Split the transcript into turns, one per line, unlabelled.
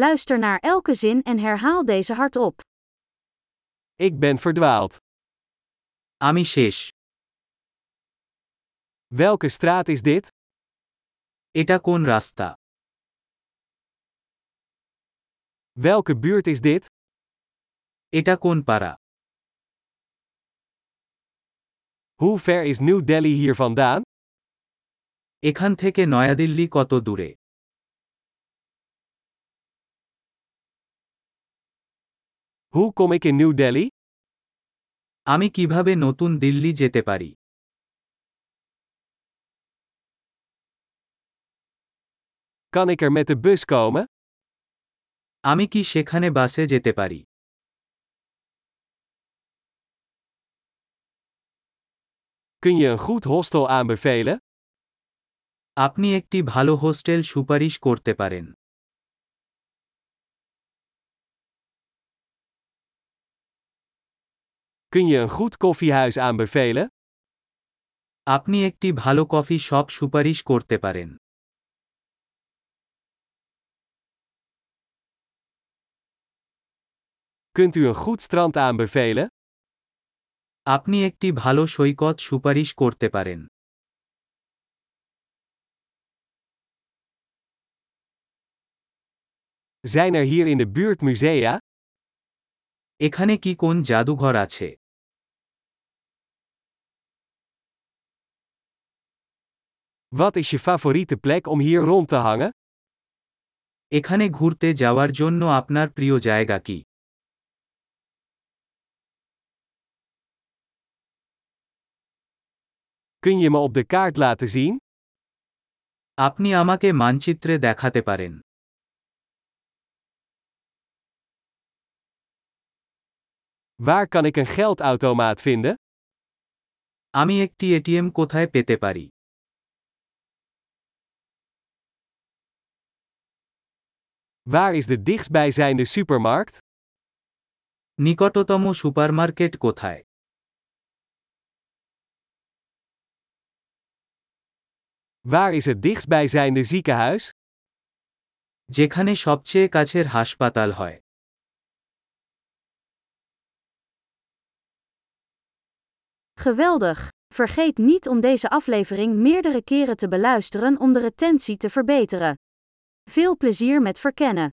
Luister naar elke zin en herhaal deze hardop.
Ik ben verdwaald.
আমি শেষ
Welke straat is dit?
এটা কোন রাস্তা
Welke buurt is dit?
এটা কোন পাড়া
Hoe ver is New Delhi hier vandaan?
এখান থেকে নয়াদিল্লি কত দূরে
Hoe kom ik in New Delhi?
আমি কিভাবে নতুন দিল্লি যেতে পারি
Kan ik er met de bus komen?
আমি কি সেখানে বাসে যেতে পারি
Kun je een goed hostel aanbevelen?
আপনি একটি ভালো হোস্টেল সুপারিশ করতে পারেন
Kun je een goed koffiehuis aanbevelen?
আপনি একটি ভালো কফি শপ সুপারিশ করতে পারেন
Kunt u een goed strand aanbevelen?
আপনি একটি ভালো সৈকত সুপারিশ করতে পারেন
Zijn er hier in de buurt musea?
এখানে কি কোন জাদুঘর আছে
Wat is je favoriete plek om hier rond te hangen?
এখানে ঘুরতে যাওয়ার জন্য আপনার প্রিয় জায়গা কি
Kun je me op de kaart laten zien?
আপনি আমাকে মানচিত্রে দেখাতে পারেন
Waar kan ik een geldautomaat vinden?
আমি একটি এটিএম কোথায় পেতে পারি
Waar is de dichtstbijzijnde supermarkt?
নিকটতম সুপারমার্কেট কোথায়
Waar is het dichtstbijzijnde ziekenhuis?
যেখানে সবচেয়ে কাছের হাসপাতাল হয়
Geweldig! Vergeet niet om deze aflevering meerdere keren te beluisteren om de retentie te verbeteren. Veel plezier met verkennen!